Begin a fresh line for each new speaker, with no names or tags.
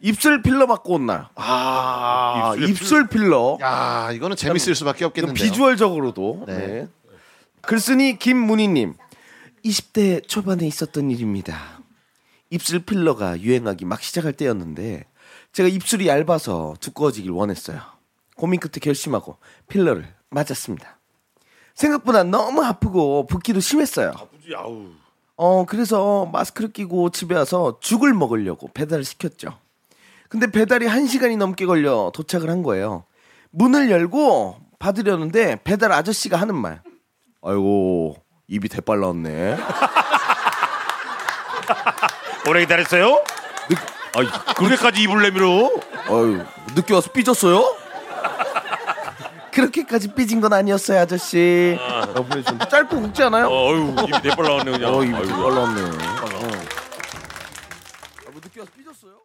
입술 필러 맞고 온 날. 아,
입술에
입술 필러.
야 아, 이거는 재밌을 수밖에
이건
없겠는데요.
비주얼적으로도.
네.
네. 글쓴이 김문희님. 20대 초반에 있었던 일입니다. 입술 필러가 유행하기 막 시작할 때였는데 제가 입술이 얇아서 두꺼워지길 원했어요. 고민 끝에 결심하고 필러를 맞았습니다. 생각보다 너무 아프고 붓기도 심했어요.
아프지 아우.
어, 그래서 마스크를 끼고 집에 와서 죽을 먹으려고 배달을 시켰죠. 근데 배달이 한시간이 넘게 걸려 도착을 한 거예요. 문을 열고 받으려는데 배달 아저씨가 하는 말. 아이고, 입이 대빨 나왔네.
오래 기다렸어요? 아 그렇게까지 입을 내밀어?
아유, 늦게 와서 삐졌어요? 그렇게까지 삐진 건 아니었어요, 아저씨. 라고 보내주셨는데 짧고 굵지 않아요?
어, 어휴 입이 대빨 나왔네 그냥.
어, 입이
아이고.
대빨 나왔네. 어. 아, 뭐 늦게 와서 삐졌어요?